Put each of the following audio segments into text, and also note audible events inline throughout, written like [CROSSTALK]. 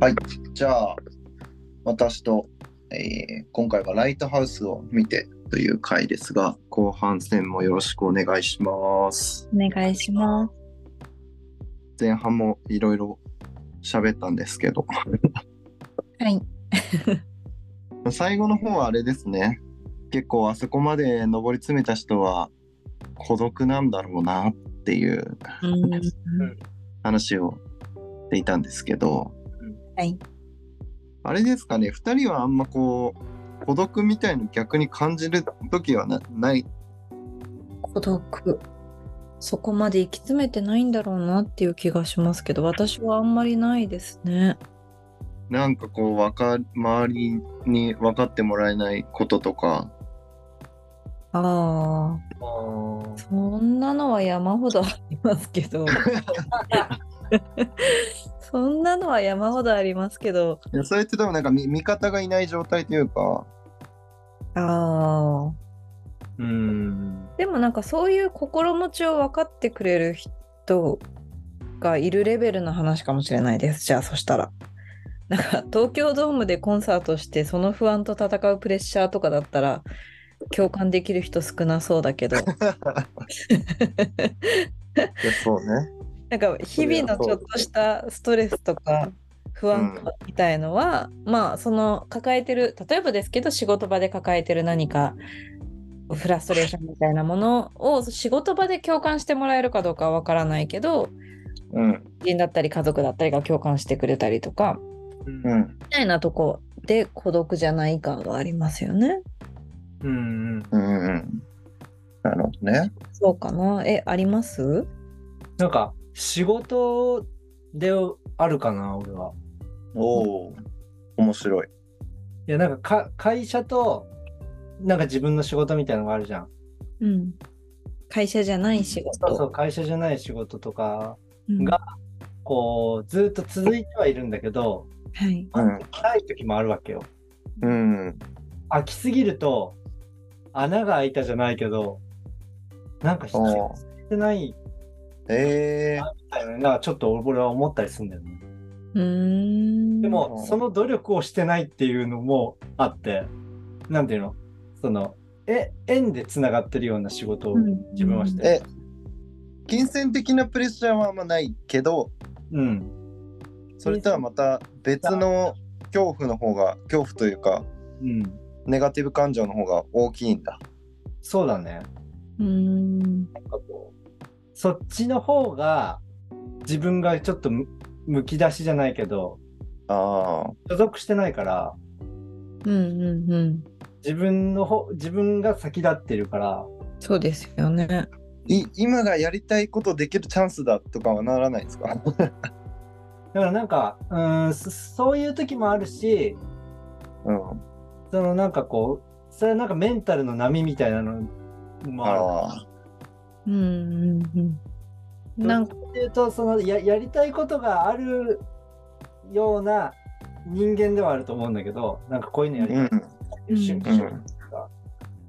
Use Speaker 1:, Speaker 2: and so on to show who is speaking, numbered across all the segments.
Speaker 1: はい、じゃあ、私と、えー今回はライトハウスを見てという回ですが、後半戦もよろしくお願いします。
Speaker 2: お願いします。
Speaker 1: 前半もいろいろ喋ったんですけど、
Speaker 2: はい。
Speaker 1: [LAUGHS] 最後の方はあれですね、結構あそこまで上り詰めた人は孤独なんだろうなっていう話をしていたんですけど、
Speaker 2: はい。
Speaker 1: あれですかね、2人はあんまこう、孤独みたいの逆に感じる時はなない
Speaker 2: 孤独。そこまで行き詰めてないんだろうなっていう気がしますけど、私はあんまりないですね。
Speaker 1: なんかこうわか周りに分かってもらえないこととか
Speaker 2: ああ、そんなのは山ほどありますけ [LAUGHS] ど。そんなのは山ほどありますけど。
Speaker 1: いやそれって多分なんか見味方がいない状態というか
Speaker 2: ああ。
Speaker 1: うん
Speaker 2: でもなんかそういう心持ちを分かってくれる人がいるレベルの話かもしれないですじゃあそしたら。なんか東京ドームでコンサートしてその不安と戦うプレッシャーとかだったら共感できる人少なそうだけど
Speaker 1: いやそうね
Speaker 2: なんか日々のちょっとしたストレスとか不安とかみたいのは、まあその抱えてる例えばですけど仕事場で抱えてる何かフラストレーションみたいなものを仕事場で共感してもらえるかどうかはわからないけど
Speaker 1: うん
Speaker 2: 友人だったり家族だったりが共感してくれたりとか
Speaker 1: う
Speaker 3: うん
Speaker 2: みたいなとこで孤独じゃない感はありますよね。
Speaker 3: んうん、
Speaker 1: うんうんなるほどね
Speaker 2: そうかなえあります
Speaker 3: なんか仕事であるかな俺は
Speaker 1: おお面白い
Speaker 3: いやなんかか会社となんか自分の仕事みたいのがあるじゃん
Speaker 2: うん。会社じゃない仕事。
Speaker 3: そうそう会社じゃない仕事とか
Speaker 2: うん
Speaker 3: がこうずっと続いてはいるんだけど
Speaker 2: はい。
Speaker 1: うん
Speaker 3: ない時もあるわけよ
Speaker 1: うん
Speaker 3: 飽きすぎると穴が開いたじゃないけどなんか必要
Speaker 1: おー
Speaker 3: ってない
Speaker 1: え
Speaker 3: みたいなのがちょっと俺は思ったりするんだよね
Speaker 2: うーん。
Speaker 3: で
Speaker 1: うん
Speaker 3: も、その努力をしてないっていうのもあって、なんていうのその、え、縁でつながってるような仕事を
Speaker 2: うん
Speaker 3: 自分はし
Speaker 1: ー、
Speaker 3: てる。
Speaker 1: え金銭的なプレッシャーはあんまないけど
Speaker 3: うん。
Speaker 1: それとはまた別の恐怖の方が恐怖というか
Speaker 3: うん。
Speaker 1: ネガティブ感情の方が大きいんだ
Speaker 3: そうだね。
Speaker 2: うーん。
Speaker 3: なんかこう、そっちの方が、自分がちょっとむむき出しじゃないけど、
Speaker 1: ああ
Speaker 3: 所属してないから、
Speaker 2: うんうんうん。
Speaker 3: 自分の方、自分が先立ってるから、
Speaker 2: そうですよね。
Speaker 1: い今がやりたいことできるチャンスだとかはならないですか [LAUGHS]
Speaker 3: だからなんか、うーん、そそういう時もあるし、
Speaker 1: うん。
Speaker 3: そのなんかこう、それはなんかメンタルの波みたいなのもある
Speaker 1: ああ。
Speaker 2: うんうんうん。なんか、
Speaker 3: っていうとそのややりたいことがあるような人間ではあると思うんだけどなんかこういうのやり
Speaker 1: う
Speaker 3: た
Speaker 1: ん
Speaker 3: い。っていう趣味
Speaker 1: うん
Speaker 3: 趣味とか、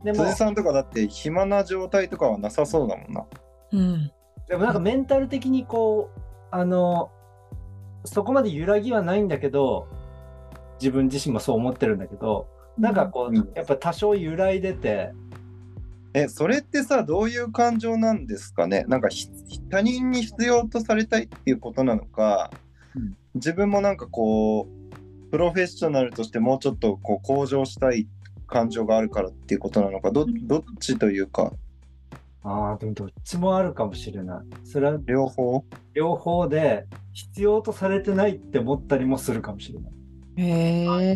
Speaker 3: でも
Speaker 1: 辻さんとかだって暇な状態とかはなさそうだもんな。
Speaker 2: うん。
Speaker 3: でもなんかメンタル的にこうあのそこまで揺らぎはないんだけど自分自身もそう思ってるんだけどなんか、こう、
Speaker 1: うん
Speaker 3: やっぱ多少揺らいでて
Speaker 1: え、それってさ、どういう感情なんですかねなんかひ他人に必要とされたいっていうことなのか、
Speaker 3: うん
Speaker 1: 自分もなんかこう、プロフェッショナルとしてもうちょっとこう向上したい感情があるからっていうことなのか、どどっちというか、
Speaker 3: あーでもどっちもあるかもしれないそれは
Speaker 1: 両方
Speaker 3: 両方で必要とされてないって思ったりもするかもしれない。
Speaker 2: へえ。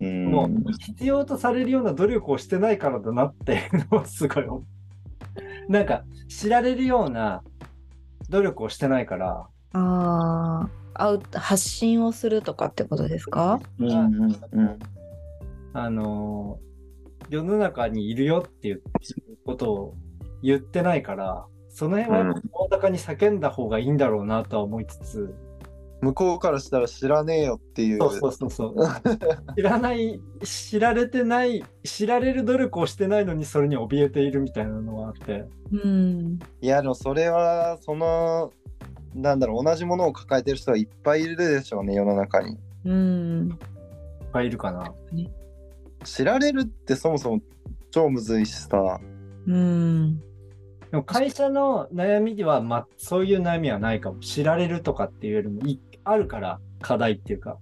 Speaker 1: うん
Speaker 3: もう必要とされるような努力をしてないからだなっていうのはすごい思う。なんか知られるような努力をしてないから、
Speaker 2: ああ。アウト発信をするとかってことですか
Speaker 1: うんうんうん
Speaker 3: あのー世の中にいるよっていうことを言ってないから、その辺
Speaker 1: うん
Speaker 3: は大高に叫んだ方がいいんだろうなとは思いつつ、
Speaker 1: 向こうからしたら知らねえよっていう。
Speaker 3: そうそうそうそう。知らない、知られてない、知られる努力をしてないのにそれに怯えているみたいなのがあって。
Speaker 2: うん。
Speaker 1: いやでもそれはそのなんだろう同じものを抱えてる人はいっぱいいるでしょうね世の中に
Speaker 2: うん。
Speaker 3: いっぱいいるかな。
Speaker 1: 知られるってそもそも超むずいしさ
Speaker 2: うん。
Speaker 3: でも会社の悩みでは、ま、そういう悩みはないかも。知られるとかっていうよりもいあるから課題っていうか。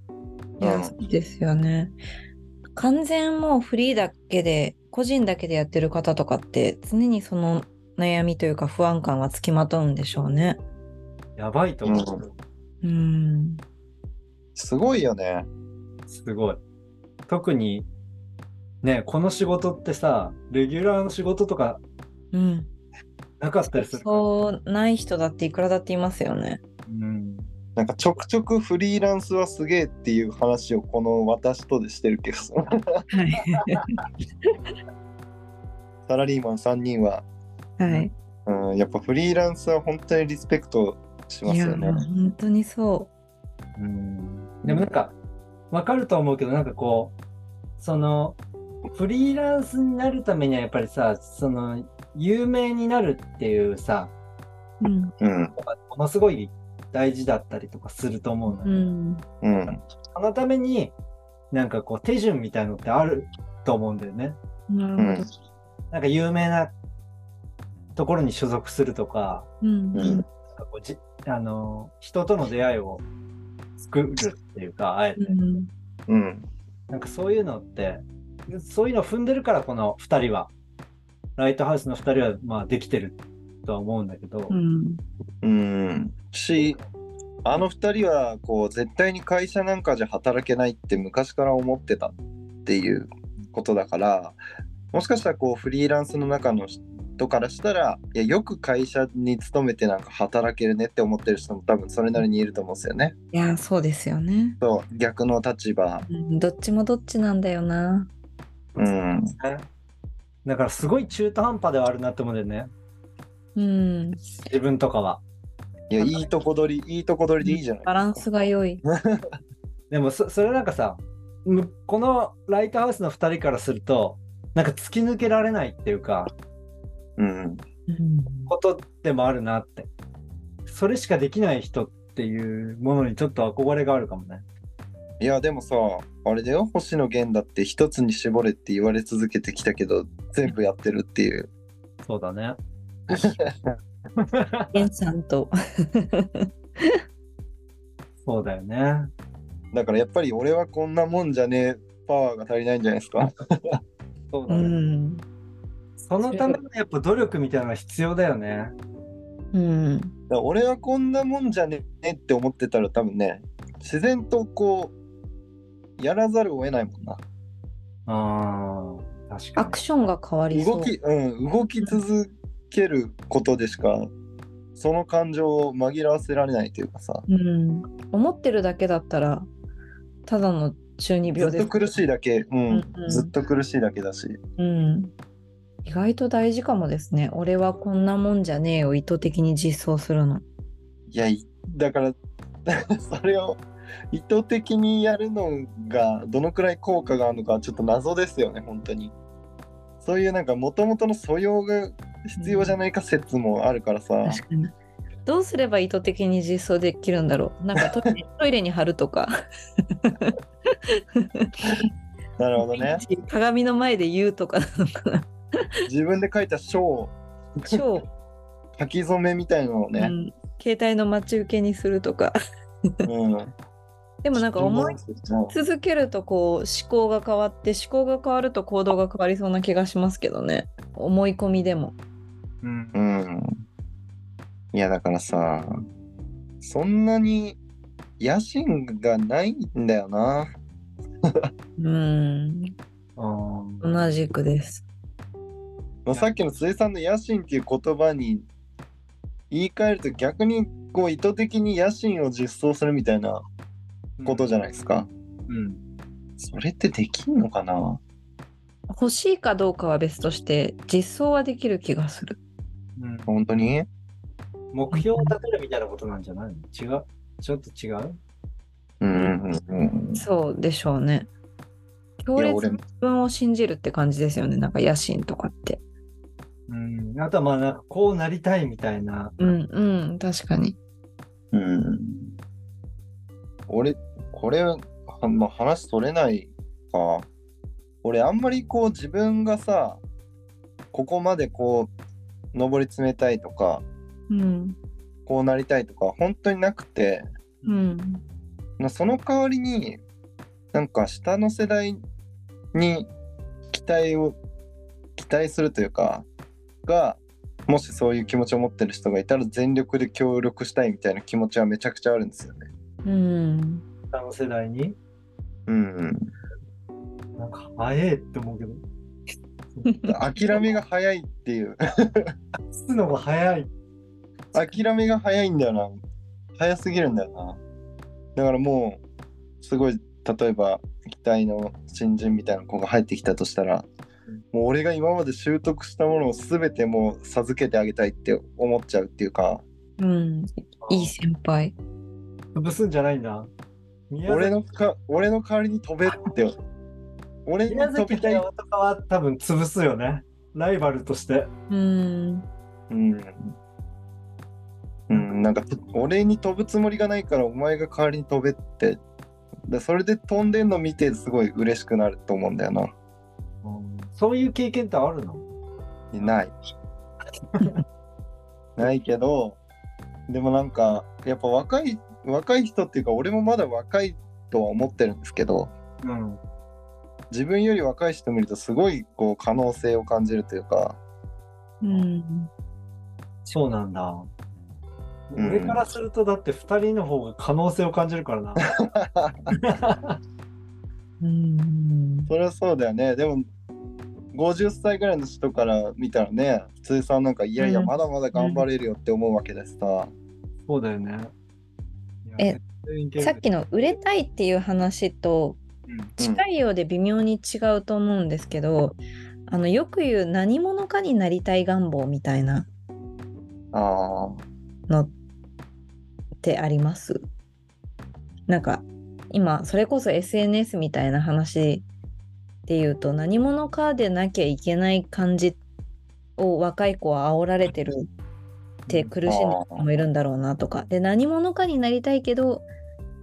Speaker 2: いや、そうですよね。完全もうフリーだけで、個人だけでやってる方とかって、常にその悩みというか不安感はつきまとうんでしょうね。
Speaker 3: やばいと思
Speaker 1: う
Speaker 3: う。
Speaker 2: うん。
Speaker 1: すごいよね
Speaker 3: すごい。特に、ね、この仕事ってさ、レギュラーの仕事とか
Speaker 2: うん。
Speaker 3: なかったりするから
Speaker 2: そうない人だっていくらだっていますよね。
Speaker 3: うん。
Speaker 1: なんかちょくちょくフリーランスはすげえっていう話をこの私とでしてるけど [LAUGHS]
Speaker 2: はい。
Speaker 1: サラリーマン3人は、
Speaker 2: はい。
Speaker 1: うん、やっぱフリーランスは本当にリスペクトしま
Speaker 2: い
Speaker 1: す
Speaker 2: や、
Speaker 1: よね。
Speaker 2: 本当にそ
Speaker 3: うんでもなんか、わかると思うけど、なんかこう、その、フリーランスになるためにはやっぱりさ、その、有名になるっていうさ、
Speaker 2: う。うん。
Speaker 1: うん
Speaker 3: ものすごい大事だったりとかすると思うの
Speaker 2: う
Speaker 3: よ、
Speaker 2: ん。
Speaker 1: うん
Speaker 3: そのために、なんかこう、手順みたいのってあると思うんだよね。
Speaker 2: な
Speaker 1: う
Speaker 2: るほ
Speaker 1: ん
Speaker 2: ど。
Speaker 3: なんか有名なところに所属するとか、
Speaker 2: うん。
Speaker 1: うん
Speaker 3: なんかこうじあの、人との出会いを作るっていうか、あえて。
Speaker 2: うん。
Speaker 1: うん
Speaker 3: なんかそういうのって、そういうのを踏んでるから、この2人は、ライトハウスの2人は、まあ、できてるとは思うんだけど、
Speaker 2: うん。
Speaker 1: うんしあの2人はこう絶対に会社なんかじゃ働けないって昔から思ってたっていうことだからもしかしたらこうフリーランスの中の人からしたらいやよく会社に勤めてなんか働けるねって思ってる人も多分それなりにいると思うんですよね。
Speaker 2: いや、そうですよね。
Speaker 1: そう逆の立場、
Speaker 2: うんどっちもどっちなんだよな。
Speaker 1: うん、
Speaker 3: だから、すごい中途半端ではあるなって思うんだよね、
Speaker 2: うん。
Speaker 3: 自分とかは。
Speaker 1: いやいいとこ取りいいとこ取りでいいじゃない
Speaker 2: バランスが良い。
Speaker 3: でもそ、それなんかさ、むこのライトハウスの2人からすると、なんか突き抜けられないっていうか、
Speaker 1: うん
Speaker 2: うん。
Speaker 3: ことでもあるなって。それしかできない人っていうものにちょっと憧れがあるかもね。
Speaker 1: いやでもさあれだよ星野源だって一つに絞れって言われ続けてきたけど全部やってるっていう
Speaker 3: そうだね。
Speaker 2: ゲンさんと。
Speaker 3: そうだよね。
Speaker 1: だからやっぱり俺はこんなもんじゃねえパワーが足りないんじゃないですか
Speaker 3: そう
Speaker 2: う
Speaker 3: だね。
Speaker 2: ん。
Speaker 3: そのためのやっぱ努力みたいなのが必要だよね。
Speaker 2: うん。
Speaker 1: だから俺はこんなもんじゃねえって思ってたら多分ね自然とこうやらざるを得ないもんな
Speaker 3: ああ、確
Speaker 2: ア
Speaker 3: か
Speaker 2: クションが変わりそう。
Speaker 1: 動きうん動き続けることでしかその感情を紛らわせられないというかさ
Speaker 2: うん。思ってるだけだったら、ただの中二
Speaker 1: ず
Speaker 2: 病
Speaker 1: っ
Speaker 2: です
Speaker 1: と。苦しいだけ、うん
Speaker 2: うんうん
Speaker 1: ずっと苦しいだけだし
Speaker 2: うん。意外と大事かもですね。俺はこんなもんじゃねえを意図的に実装するの。
Speaker 1: いやいだから [LAUGHS] それを意図的にやるのがどのくらい効果があるのかちょっと謎ですよね本当にそういうなんかもともとの素養が必要じゃないか説もあるからさ、
Speaker 2: 確かに。どうすれば意図的に実装できるんだろう。なんかト
Speaker 1: [LAUGHS]
Speaker 2: イレトイレに貼るとか、
Speaker 1: なるほどね
Speaker 2: 鏡の前で言うと
Speaker 1: [LAUGHS]
Speaker 2: かなのかな。
Speaker 1: 自分で書いた書を
Speaker 2: 超、
Speaker 1: 書き初めみたいなのを
Speaker 2: う
Speaker 1: ね、
Speaker 2: ん、携帯の待ち受けにするとか。
Speaker 1: うん
Speaker 2: でもなんか思い
Speaker 1: うん
Speaker 2: 続けるとこう思考が変わって思考が変わると行動が変わりそうな気がしますけどね思い込みでも
Speaker 3: に。うん
Speaker 1: うん。いや、だからさ、そんなに野心がないんだよな。
Speaker 2: うん
Speaker 3: うん
Speaker 2: 同じくです
Speaker 1: まあさっきの辻さんの野心っていう言葉に言い換えると逆にこう意図的に野心を実装するみたいなことじゃないですか。
Speaker 3: うん。
Speaker 1: それってできんのかな
Speaker 2: 欲しいかどうかは別として実装はできる気がする
Speaker 3: うん
Speaker 1: 本当に
Speaker 3: 目標を立てるみたいなことなんじゃないの違うちょっと違う
Speaker 1: うんうんうん
Speaker 2: そうでしょうね強
Speaker 1: いや
Speaker 2: 烈
Speaker 1: 俺
Speaker 2: に自分を信じるって感じですよねなんか野心とかって
Speaker 3: うん。あとはまあなんかこうなりたいみたいな。
Speaker 2: うんうん確かに
Speaker 1: うん。俺、これ、はまあ、話取れないか。俺、あんまりこう自分がさ、ここまでこう、上り詰めたいとか、
Speaker 2: うん。
Speaker 1: こうなりたいとか、本当になくて、
Speaker 2: うん。
Speaker 1: まあその代わりに、なんか下の世代に期待を、期待するというか、が、もしそういう気持ちを持ってる人がいたら全力で協力したいみたいな気持ちはめちゃくちゃあるんですよね。
Speaker 2: うん。
Speaker 3: 下の世代に。
Speaker 1: うん。
Speaker 3: なんか、早えって思うけど、
Speaker 1: 諦めが早いっていう
Speaker 3: すのが早い。
Speaker 1: 諦めが早いんだよな早すぎるんだよなだからもうすごい例えば期待の新人みたいな子が入ってきたとしたらもう俺が今まで習得したものを全てもう授けてあげたいって思っちゃうっていうか
Speaker 2: うん。いい先輩。
Speaker 3: 潰すんじゃないんだ。宮
Speaker 1: 俺
Speaker 3: 崎
Speaker 1: のか俺の代わりに飛べって俺に
Speaker 3: 宮
Speaker 1: 飛
Speaker 3: 崎
Speaker 1: びたい、
Speaker 3: 駿とかは多分潰すよね。ライバルとして。
Speaker 2: うん。
Speaker 1: うんうん、なんか俺に飛ぶつもりがないからお前が代わりに飛べってだそれで飛んでんの見てすごい嬉しくなると思うんだよな
Speaker 3: そういう経験ってあるの
Speaker 1: ない
Speaker 2: [LAUGHS]
Speaker 1: ないけどでもなんかやっぱ若い若い人っていうか俺もまだ若いとは思ってるんですけど
Speaker 3: うん。
Speaker 1: 自分より若い人見るとすごいこう可能性を感じるというか [LAUGHS]
Speaker 2: うん。
Speaker 3: そうなんだ。
Speaker 1: うん
Speaker 3: 俺からするとだって2人の方が可能性を感じるから [LAUGHS] な。
Speaker 2: うん。
Speaker 1: それはそうだよねでも50歳ぐらいの人から見たらね普通さなんかいやいや
Speaker 2: うん
Speaker 1: まだまだ頑張れるよって思うわけですさ、
Speaker 3: そうだよね。
Speaker 2: え
Speaker 3: いや、全然いける
Speaker 2: さっきの売れたいっていう話と近いようで微妙に違うと思うんですけど、あのよく言う何者かになりたい願望みたいな
Speaker 1: ああ
Speaker 2: のってありますなんか今それこそ SNS みたいな話で言うと何者かでなきゃいけない感じを若い子は煽られてるって苦しんでる人もいるんだろうなとかで何者かになりたいけど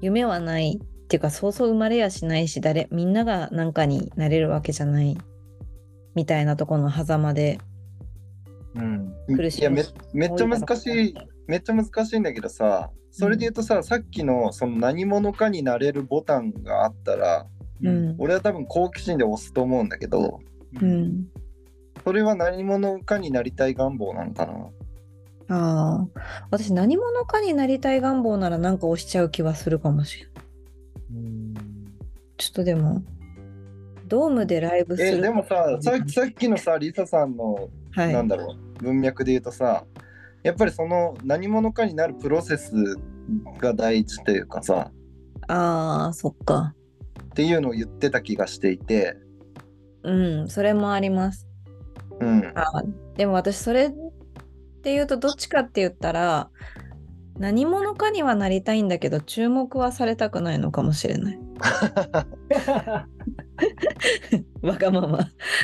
Speaker 2: 夢はないっていうかそうそう生まれやしないし誰みんなが何かになれるわけじゃないみたいなとこの狭間で
Speaker 3: うん。
Speaker 2: 苦し
Speaker 1: いや
Speaker 2: んで
Speaker 1: め
Speaker 2: る
Speaker 1: めっちゃ難しいめっちゃ難しいんだけどさそれで言うとさ、さっきのその何者かになれるボタンがあったら
Speaker 2: うん
Speaker 1: 俺は多分好奇心で押すと思うんだけど
Speaker 2: う
Speaker 3: うん
Speaker 2: ん
Speaker 1: それは何者かになりたい願望なのかな
Speaker 2: ああ、私何者かになりたい願望ならなんか押しちゃう気はするかもしれない。ちょっとでも、ドームでライブす
Speaker 1: え
Speaker 2: る。
Speaker 1: でもさささっきのさリサさんの
Speaker 2: はい。
Speaker 1: なんだろう文脈で言うとさやっぱりその何者かになるプロセスが大事というかさ
Speaker 2: ああ、そっか。
Speaker 1: っていうのを言ってた気がしていて、
Speaker 2: うん、それもあります。 [LAUGHS]
Speaker 1: うん、
Speaker 2: あーでも私それって言うとどっちかって言ったら、何者かにはなりたいんだけど、注目はされたくないのかもしれない。わがまま。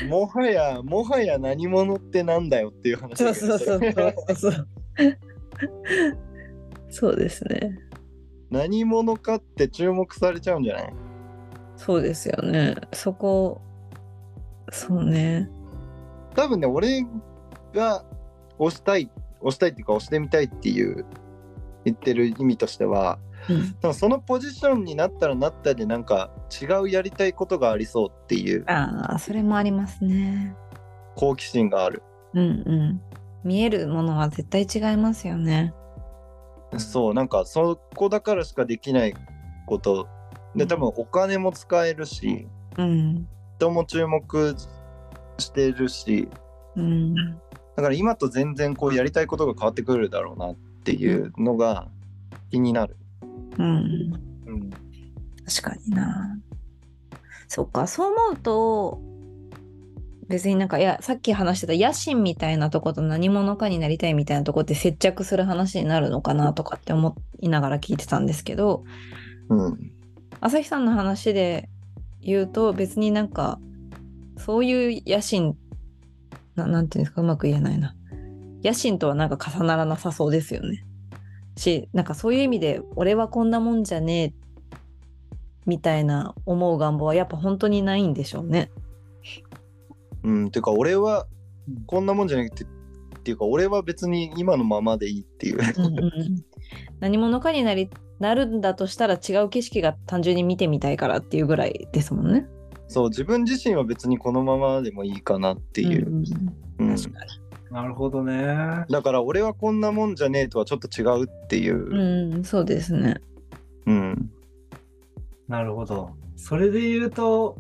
Speaker 1: もはやもはや何者ってなんだよっていう話
Speaker 2: そ
Speaker 1: だ
Speaker 2: う
Speaker 1: け
Speaker 2: そ
Speaker 1: ど
Speaker 2: うそうそうそう。そうですね。
Speaker 1: 何者かって注目されちゃうんじゃない
Speaker 2: そうですよね。そこ、そうね。
Speaker 1: 多分ね俺が押したい押したいっていうか押してみたいっていう言ってる意味としては
Speaker 2: うん
Speaker 1: 多分そのポジションになったらなったでなんか違うやりたいことがありそうっていう
Speaker 2: ああ、それもありますね。
Speaker 1: 好奇心がある。
Speaker 2: うんうん。見えるものは絶対違いますよね。
Speaker 1: そうなんかそこだからしかできないことで多分お金も使えるし
Speaker 2: うん。
Speaker 1: 人も注目してるし
Speaker 2: うん。
Speaker 1: だから今と全然こうやりたいことが変わってくるだろうなっていうのが気になる。
Speaker 2: うん。
Speaker 1: うん
Speaker 2: 確かにな。そっか、そう思うと、別になんか、いや、さっき話してた野心みたいなとこと何者かになりたいみたいなとこって接着する話になるのかなとかって思いながら聞いてたんですけど、
Speaker 1: うん
Speaker 2: 朝日さんの話で言うと別になんかそういう野心ななんていうんですかうまく言えないな野心とはなんか重ならなさそうですよねしなんかそういう意味で俺はこんなもんじゃねえみたいな思う願望はやっぱ本当にないんでしょうね。
Speaker 1: うん、ていうか俺はこんなもんじゃなくてっていうか俺は別に今のままでいいっていう。
Speaker 2: うんうん何者かになりなるんだとしたら違う景色が単純に見てみたいからっていうぐらいですもんね。
Speaker 1: そう自分自身は別にこのままでもいいかなっていう。
Speaker 2: んん
Speaker 1: うん
Speaker 2: 確かに
Speaker 3: [LAUGHS] なるほどね。
Speaker 1: だから俺はこんなもんじゃねえとはちょっと違うっていう。
Speaker 2: うん、そうですね。
Speaker 1: うん。
Speaker 3: なるほど。それで言うと、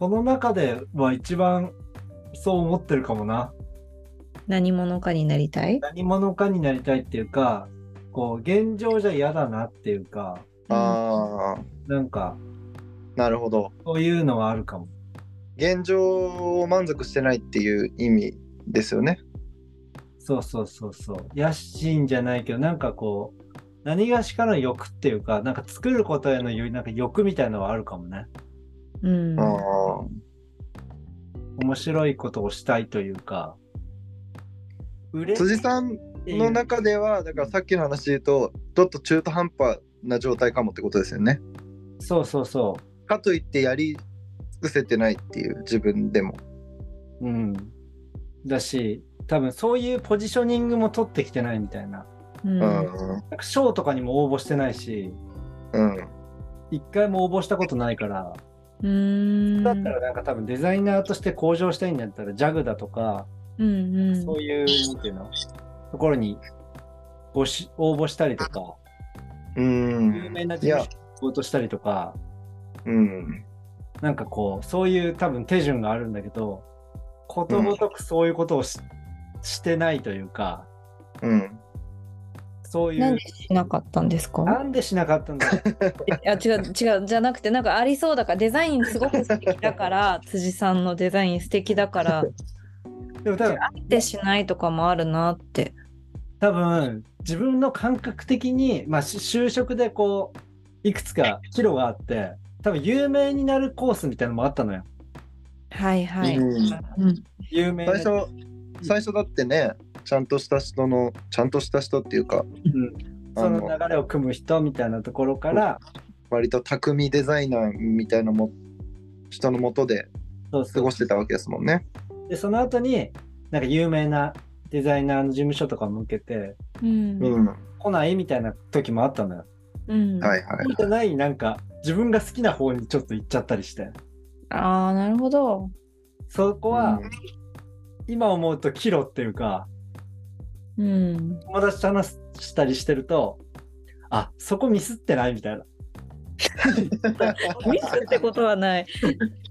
Speaker 3: この中では一番そう思ってるかもな。
Speaker 2: 何者かになりたい。
Speaker 3: 何者かになりたいっていうか、こう、現状じゃ嫌だなっていうか、
Speaker 1: ああ、
Speaker 3: なんか、
Speaker 1: なるほど。
Speaker 3: そういうのはあるかも。
Speaker 1: 現状を満足してないっていう意味ですよね。
Speaker 3: そうそうそうそう。野心じゃないけど、なんかこう、何がしかの欲っていうか、なんか作ることへのよりなんか欲みたいのはあるかもね。
Speaker 2: うん。
Speaker 1: あ
Speaker 2: う
Speaker 1: あ。
Speaker 3: 面白いことをしたいというか。売れ
Speaker 1: 辻さんの中ではだからさっきの話で言うとちょっと中途半端な状態かもってことですよね。
Speaker 3: そうそうそ
Speaker 1: かといってやり尽くせてないっていう自分でも。
Speaker 3: う。うん。だし、多分そういうポジショニングも取ってきてないみたいな。
Speaker 1: うんん
Speaker 3: なんか賞とかにも応募してないし、
Speaker 1: うん
Speaker 3: 一回も応募したことないから、
Speaker 2: うん。
Speaker 3: だったらなんか多分デザイナーとして向上したいんだったら、JAG だとか、
Speaker 2: うんうん。
Speaker 3: そういう、なんていうの、ところにごし応募したりとか、
Speaker 1: うん
Speaker 3: 有名ない事務
Speaker 1: や
Speaker 3: 所に仕事したりとか、
Speaker 1: うん
Speaker 3: なんかこう、そういう多分手順があるんだけど、ことごとくそういうことをし,、してないというか、
Speaker 1: うん
Speaker 3: そうい
Speaker 2: なん
Speaker 3: う
Speaker 2: で、しなかったんですか
Speaker 3: なんでしなかったんだろう
Speaker 2: あ違う違うじゃなくてなんかありそうだからデザインすごく素敵だから辻さんのデザイン素敵だから
Speaker 3: でも多分、
Speaker 2: あってしないとかもあるなって。
Speaker 3: 多分自分の感覚的に、まあ、し就職でこう、いくつか岐路があって、多分有名になるコースみたいなのもあったのよ。
Speaker 2: はいはい。
Speaker 1: うん
Speaker 2: うん
Speaker 3: 有名
Speaker 1: 最
Speaker 3: な
Speaker 1: 初最初だってねちゃんとした人のちゃんとした人っていうか
Speaker 3: うんその流れを組む人みたいなところから、
Speaker 1: 割と匠デザイナーみたいなも人のもとで
Speaker 3: そう
Speaker 1: 過
Speaker 3: そう
Speaker 1: ごしてたわけですもんね。
Speaker 3: でその後になんか有名なデザイナーの事務所とかも受けて
Speaker 2: うん
Speaker 1: うん
Speaker 3: 来ないみたいな時もあったのよ。
Speaker 2: うん
Speaker 1: はいはい。
Speaker 3: じゃないなんか自分が好きな方にちょっと行っちゃったりして
Speaker 2: ああなるほど。
Speaker 3: そこは今思うとキロっていうか
Speaker 2: うん。
Speaker 3: 友達と話したりしてるとあそこミスってないみたいな
Speaker 2: ミスってことはない。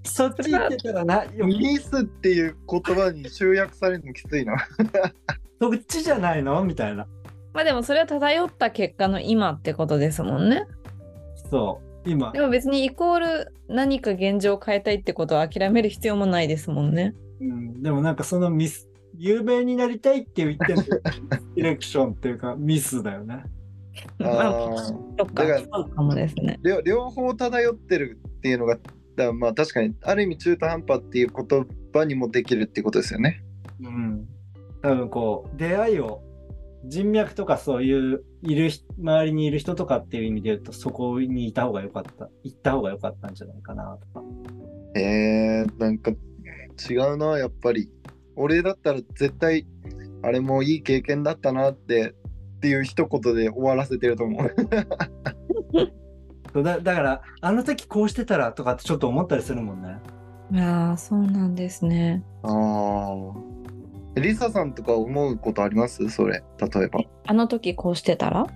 Speaker 3: そっち行ってたらなよ
Speaker 1: ミスっていう言葉に集約されるのきついな。
Speaker 3: そっちじゃないのみたいな
Speaker 2: まあでもそれは漂った結果の今ってことですもんね。
Speaker 3: そう今
Speaker 2: でも別にイコール何か現状を変えたいってことは諦める必要もないですもんね。
Speaker 3: うん、でもなんかそのミス有名になりたいって言って [LAUGHS] るディレクションっていうかミスだよね。
Speaker 2: まあ、
Speaker 1: あー
Speaker 2: そっか、
Speaker 1: だから
Speaker 2: そうかもですね。
Speaker 1: 両両方漂ってるっていうのがだからまあ確かにある意味中途半端っていう言葉にもできるっていうことですよね。
Speaker 3: うん、多分こう出会いを人脈とかそういういる人周りにいる人とかっていう意味で言うとそこにいた方が良かった行った方が良かったんじゃないかなとか。
Speaker 1: えー、なんか違うなやっぱり俺だったら絶対あれもいい経験だったなってっていう一言で終わらせてると思う。
Speaker 3: そうだだからあの時こうしてたらとかってちょっと思ったりするもんね。
Speaker 2: ああ、そうなんですね。
Speaker 1: ああ。リサさんとか思うことありますそれ例えば。
Speaker 2: あの時こうしてたら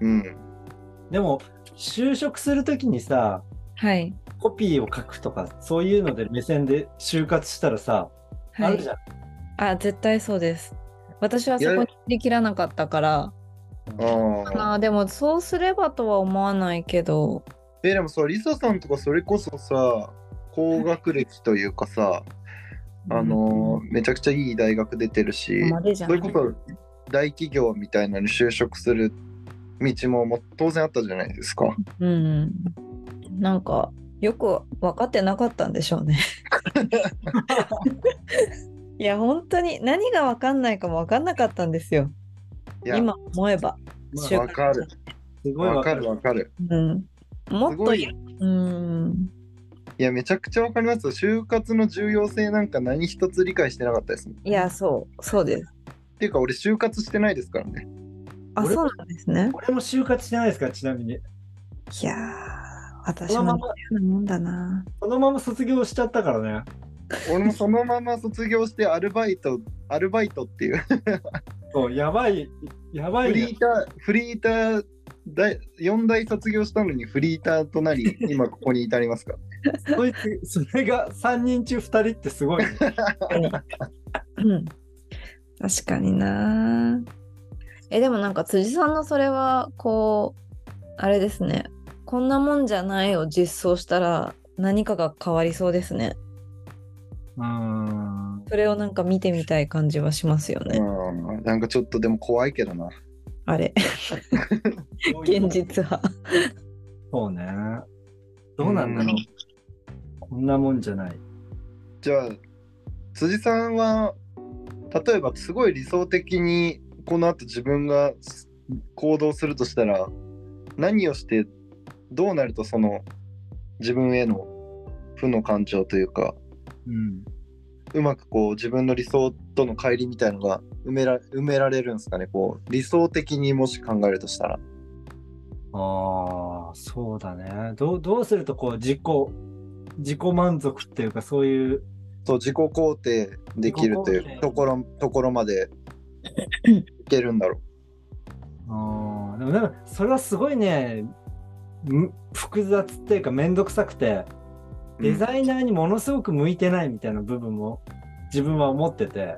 Speaker 1: うん。
Speaker 3: でも就職する時にさ
Speaker 2: はい。
Speaker 3: コピーを書くとかそういうので目線で就活したらさ、
Speaker 2: は
Speaker 3: ある
Speaker 2: い
Speaker 3: じ。ゃん。
Speaker 2: あ絶対そうです。私はそこに振り切らなかったから。
Speaker 1: ああ。
Speaker 2: あーでもそうすればとは思わないけど。
Speaker 1: えでもさリサさんとかそれこそさ高学歴というかさあのめちゃくちゃいい大学出てるし、
Speaker 2: までじゃ
Speaker 1: そ
Speaker 2: な
Speaker 1: れ
Speaker 2: い
Speaker 1: こそ大企業みたいなのに就職する道ももう当然あったじゃないですか。
Speaker 2: うん。なんかよく分かってなかったんでしょ
Speaker 1: [LAUGHS]
Speaker 2: うね。いや本当に何が分かんないかも分かんなかったんですよ。
Speaker 1: いや
Speaker 2: 今思えば。
Speaker 1: まあ
Speaker 2: 習慣
Speaker 1: わかる。
Speaker 3: すごい
Speaker 1: わ
Speaker 3: わ
Speaker 1: か
Speaker 3: か
Speaker 1: る
Speaker 3: る。
Speaker 1: わかる。
Speaker 2: うん、も
Speaker 1: す
Speaker 2: っ
Speaker 1: ご
Speaker 2: と
Speaker 1: い。
Speaker 2: うん
Speaker 1: いや、めちゃくちゃわかりますよ。就活の重要性なんか何一つ理解してなかったですもん。
Speaker 2: いやそうそうです
Speaker 1: っていうか、俺、就活してないですからね。
Speaker 2: あ
Speaker 3: 俺
Speaker 2: そうなんですね
Speaker 3: 俺も就活してないですから、ちなみに。
Speaker 2: いやー私
Speaker 3: この
Speaker 2: も
Speaker 3: ま
Speaker 2: 似た
Speaker 3: ま
Speaker 2: ようなもんだな
Speaker 3: そのまま卒業しちゃったからね。
Speaker 1: 俺もそのまま卒業してアルバイト、アルバイトっていう、
Speaker 3: そう、やばい、やば
Speaker 1: フ
Speaker 3: い
Speaker 1: リ
Speaker 3: よ。
Speaker 1: ーター、フリーター、第4代卒業したのにフリーターとなり、今ここに至りますから。
Speaker 3: そいつ、それが3人中2人ってす [LAUGHS] ごいね。
Speaker 2: うん確かになえでもなんか辻さんのそれはこうあれですねこんなもんじゃないを実装したら何かが変わりそうですね
Speaker 3: うーん。
Speaker 2: それをなんか見てみたい感じはしますよね、
Speaker 1: うん、なんかちょっとでも怖いけどな。
Speaker 2: あれ現。実は
Speaker 3: そうね。どうなんだろう。こんなもんじゃない。
Speaker 1: じゃあ、辻さんは、例えばすごい理想的に、この後自分が行動するとしたら、何をして、どうなるとその、自分への負の感情というか、
Speaker 3: うん。
Speaker 1: うまくこう自分の理想との乖離みたいのが埋めら埋められるんですかねこう理想的にもし考えるとしたら
Speaker 3: ああ、そうだね。どう、どうするとこう、自己、自己満足っていうか、そういう、
Speaker 1: そう自己肯定できるとい
Speaker 3: 自己
Speaker 1: う
Speaker 3: 肯定
Speaker 1: ところところまでいけるんだろ
Speaker 3: あーでもなんかそれはすごいねむ複雑っていうか面倒くさくて
Speaker 1: う
Speaker 3: [LAUGHS] デザ
Speaker 1: イ
Speaker 3: イナーにものすごく向いてないみたいな部分も自分は思ってて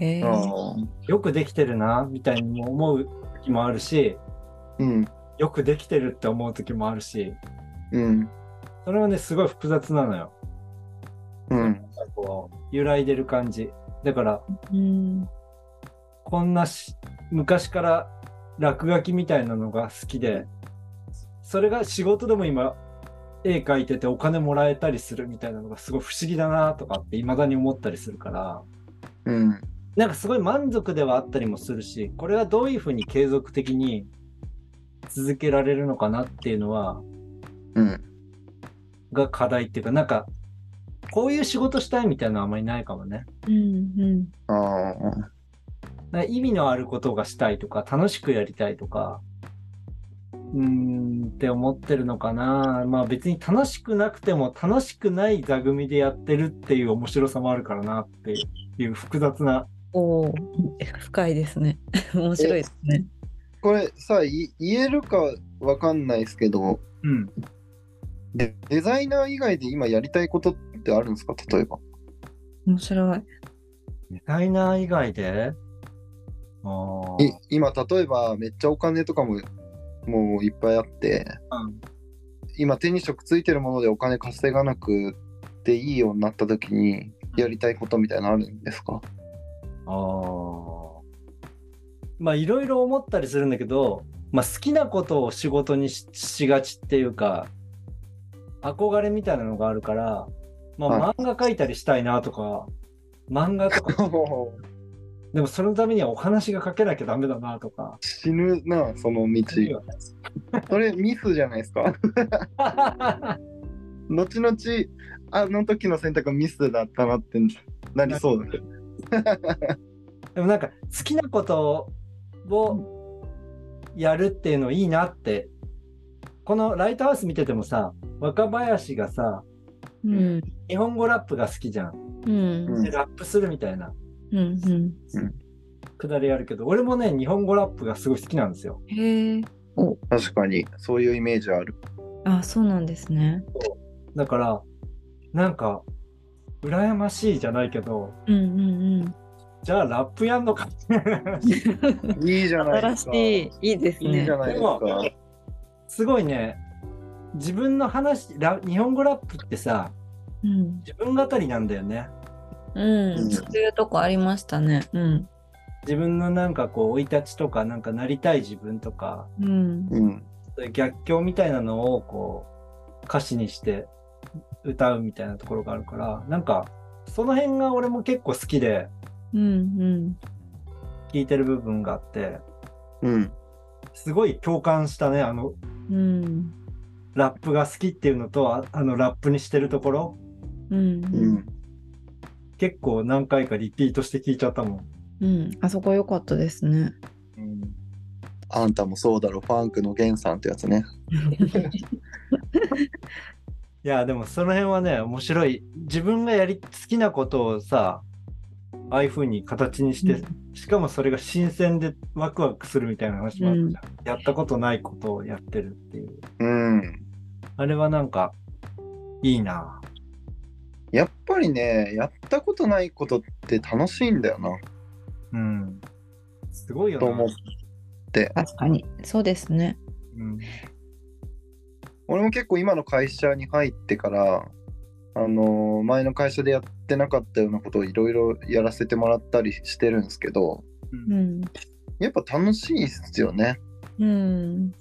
Speaker 2: え
Speaker 1: ン
Speaker 2: ー、
Speaker 3: よくできてるなみたいにも思う時もあるし
Speaker 1: うん
Speaker 3: よくできてるって思う時もあるし
Speaker 1: うん
Speaker 3: それはねすごい複雑なのよ
Speaker 1: うん
Speaker 3: こう揺らいでる感じだから
Speaker 2: うん
Speaker 3: こんなし昔から落書きみたいなのが好きでそれが仕事でも今絵描いててお金もらえたりするみたいなのがすごい不思議だなとかって未だに思ったりするから
Speaker 1: うん
Speaker 3: なんかすごい満足ではあったりもするしこれはどういうふうに継続的に続けられるのかなっていうのは
Speaker 1: うん
Speaker 3: が課題っていうかなんかこういう仕事したいみたいなのはあまりないかもね。
Speaker 2: うんうん
Speaker 1: あ
Speaker 3: なんか意味のあることがしたいとか、楽しくやりたいとか、うーんって思ってるのかな。まあ別に楽しくなくても楽しくない座組でやってるっていう面白さもあるからなっていう複雑な。
Speaker 2: おお深いですね [LAUGHS] 面白いですね
Speaker 1: ーこれさい言えるかわかんないですけど
Speaker 3: うん。
Speaker 1: デデザイナー以外で今やりたいことってあるんですか例えば
Speaker 2: 面白い
Speaker 3: デザイナー以外であー
Speaker 1: い今例えばめっちゃお金とかももういっぱいあって
Speaker 3: うん
Speaker 1: 今手に職ついてるものでお金稼がなくていいようになった時にやりたいことみたいなのあるんです [LAUGHS] か
Speaker 3: あーまあいろいろ思ったりするんだけど、まあ、好きなことを仕事にししがちっていうか憧れみたいなのがあるから、ま
Speaker 1: は
Speaker 3: あ、漫画描いたりしたいなとか、漫画
Speaker 1: [LAUGHS]
Speaker 3: とかでもそのためにはお話が書けなきゃダメだなとか
Speaker 1: 死ぬなその道それミスじゃないですか [LAUGHS] 後々あの時の選択はミスだったなってなりそうだね
Speaker 3: [LAUGHS] でもなんか好きなことをやるっていうのいいなってこの「ライトハウス」見ててもさ若林がさ
Speaker 2: うん
Speaker 3: 日本語ラップが好きじゃん。
Speaker 2: うん
Speaker 1: うん
Speaker 3: でラップするみたいな
Speaker 2: うんうん
Speaker 3: くだりあるけど、俺もね、日本語ラップがすごい好きなんですよ。
Speaker 2: へえ
Speaker 1: 確かにそういうイメージあ [LAUGHS] る
Speaker 2: あそうなんですね
Speaker 3: だから、なんか、羨ましいじゃないけど、
Speaker 2: うんうんうん
Speaker 3: じゃあラップやんのか
Speaker 1: [LAUGHS] いいじゃないで
Speaker 2: 新
Speaker 1: す
Speaker 2: し
Speaker 1: か
Speaker 2: いいいです
Speaker 1: いい
Speaker 2: ね
Speaker 1: じゃないですか
Speaker 3: すごいね、自分の話ラ、日本語ラップってさ、
Speaker 2: うん
Speaker 3: 自分語りなんだよね。
Speaker 2: う
Speaker 1: うん
Speaker 2: んそういうとこありましたねうん
Speaker 3: 自分のなんかこう、生い立ちとか、なんかなりたい自分とか、
Speaker 2: うん
Speaker 1: うん
Speaker 3: そういう逆境みたいなのをこう、歌詞にして歌うみたいなところがあるから、なんか、その辺が俺も結構好きで、
Speaker 2: うんうん
Speaker 3: 聴いてる部分があって、
Speaker 1: うん
Speaker 3: すごい共感したねあの
Speaker 2: うん
Speaker 3: ラップが好きっていうのとああのラップにしてるところ
Speaker 2: うん
Speaker 1: うん、
Speaker 3: 結構何回かリピートして聞いちゃったもん
Speaker 2: うんあそこ良かったですね。
Speaker 1: あんたもそうだろファンクのゲンさんってやつね
Speaker 3: いやでもその辺はね面白い自分がやり好きなことをさああいう風に形にして、しかもそれが新鮮でワクワクするみたいな話もあったじゃん、やったことないことをやってるっていう
Speaker 1: うん
Speaker 3: あれはなんかいいな
Speaker 1: やっぱりねやったことないことって楽しいんだよな
Speaker 3: うんすごいよ
Speaker 1: と
Speaker 3: な
Speaker 1: 思う
Speaker 2: 確かにそうですね。
Speaker 3: うん
Speaker 1: 俺も結構今の会社に入ってからあのー前の会社でやってなかったようなことをいろいろやらせてもらったりしてるんですけど
Speaker 3: う
Speaker 2: うんん
Speaker 1: やっぱ楽しいっすよね
Speaker 2: うん
Speaker 3: うん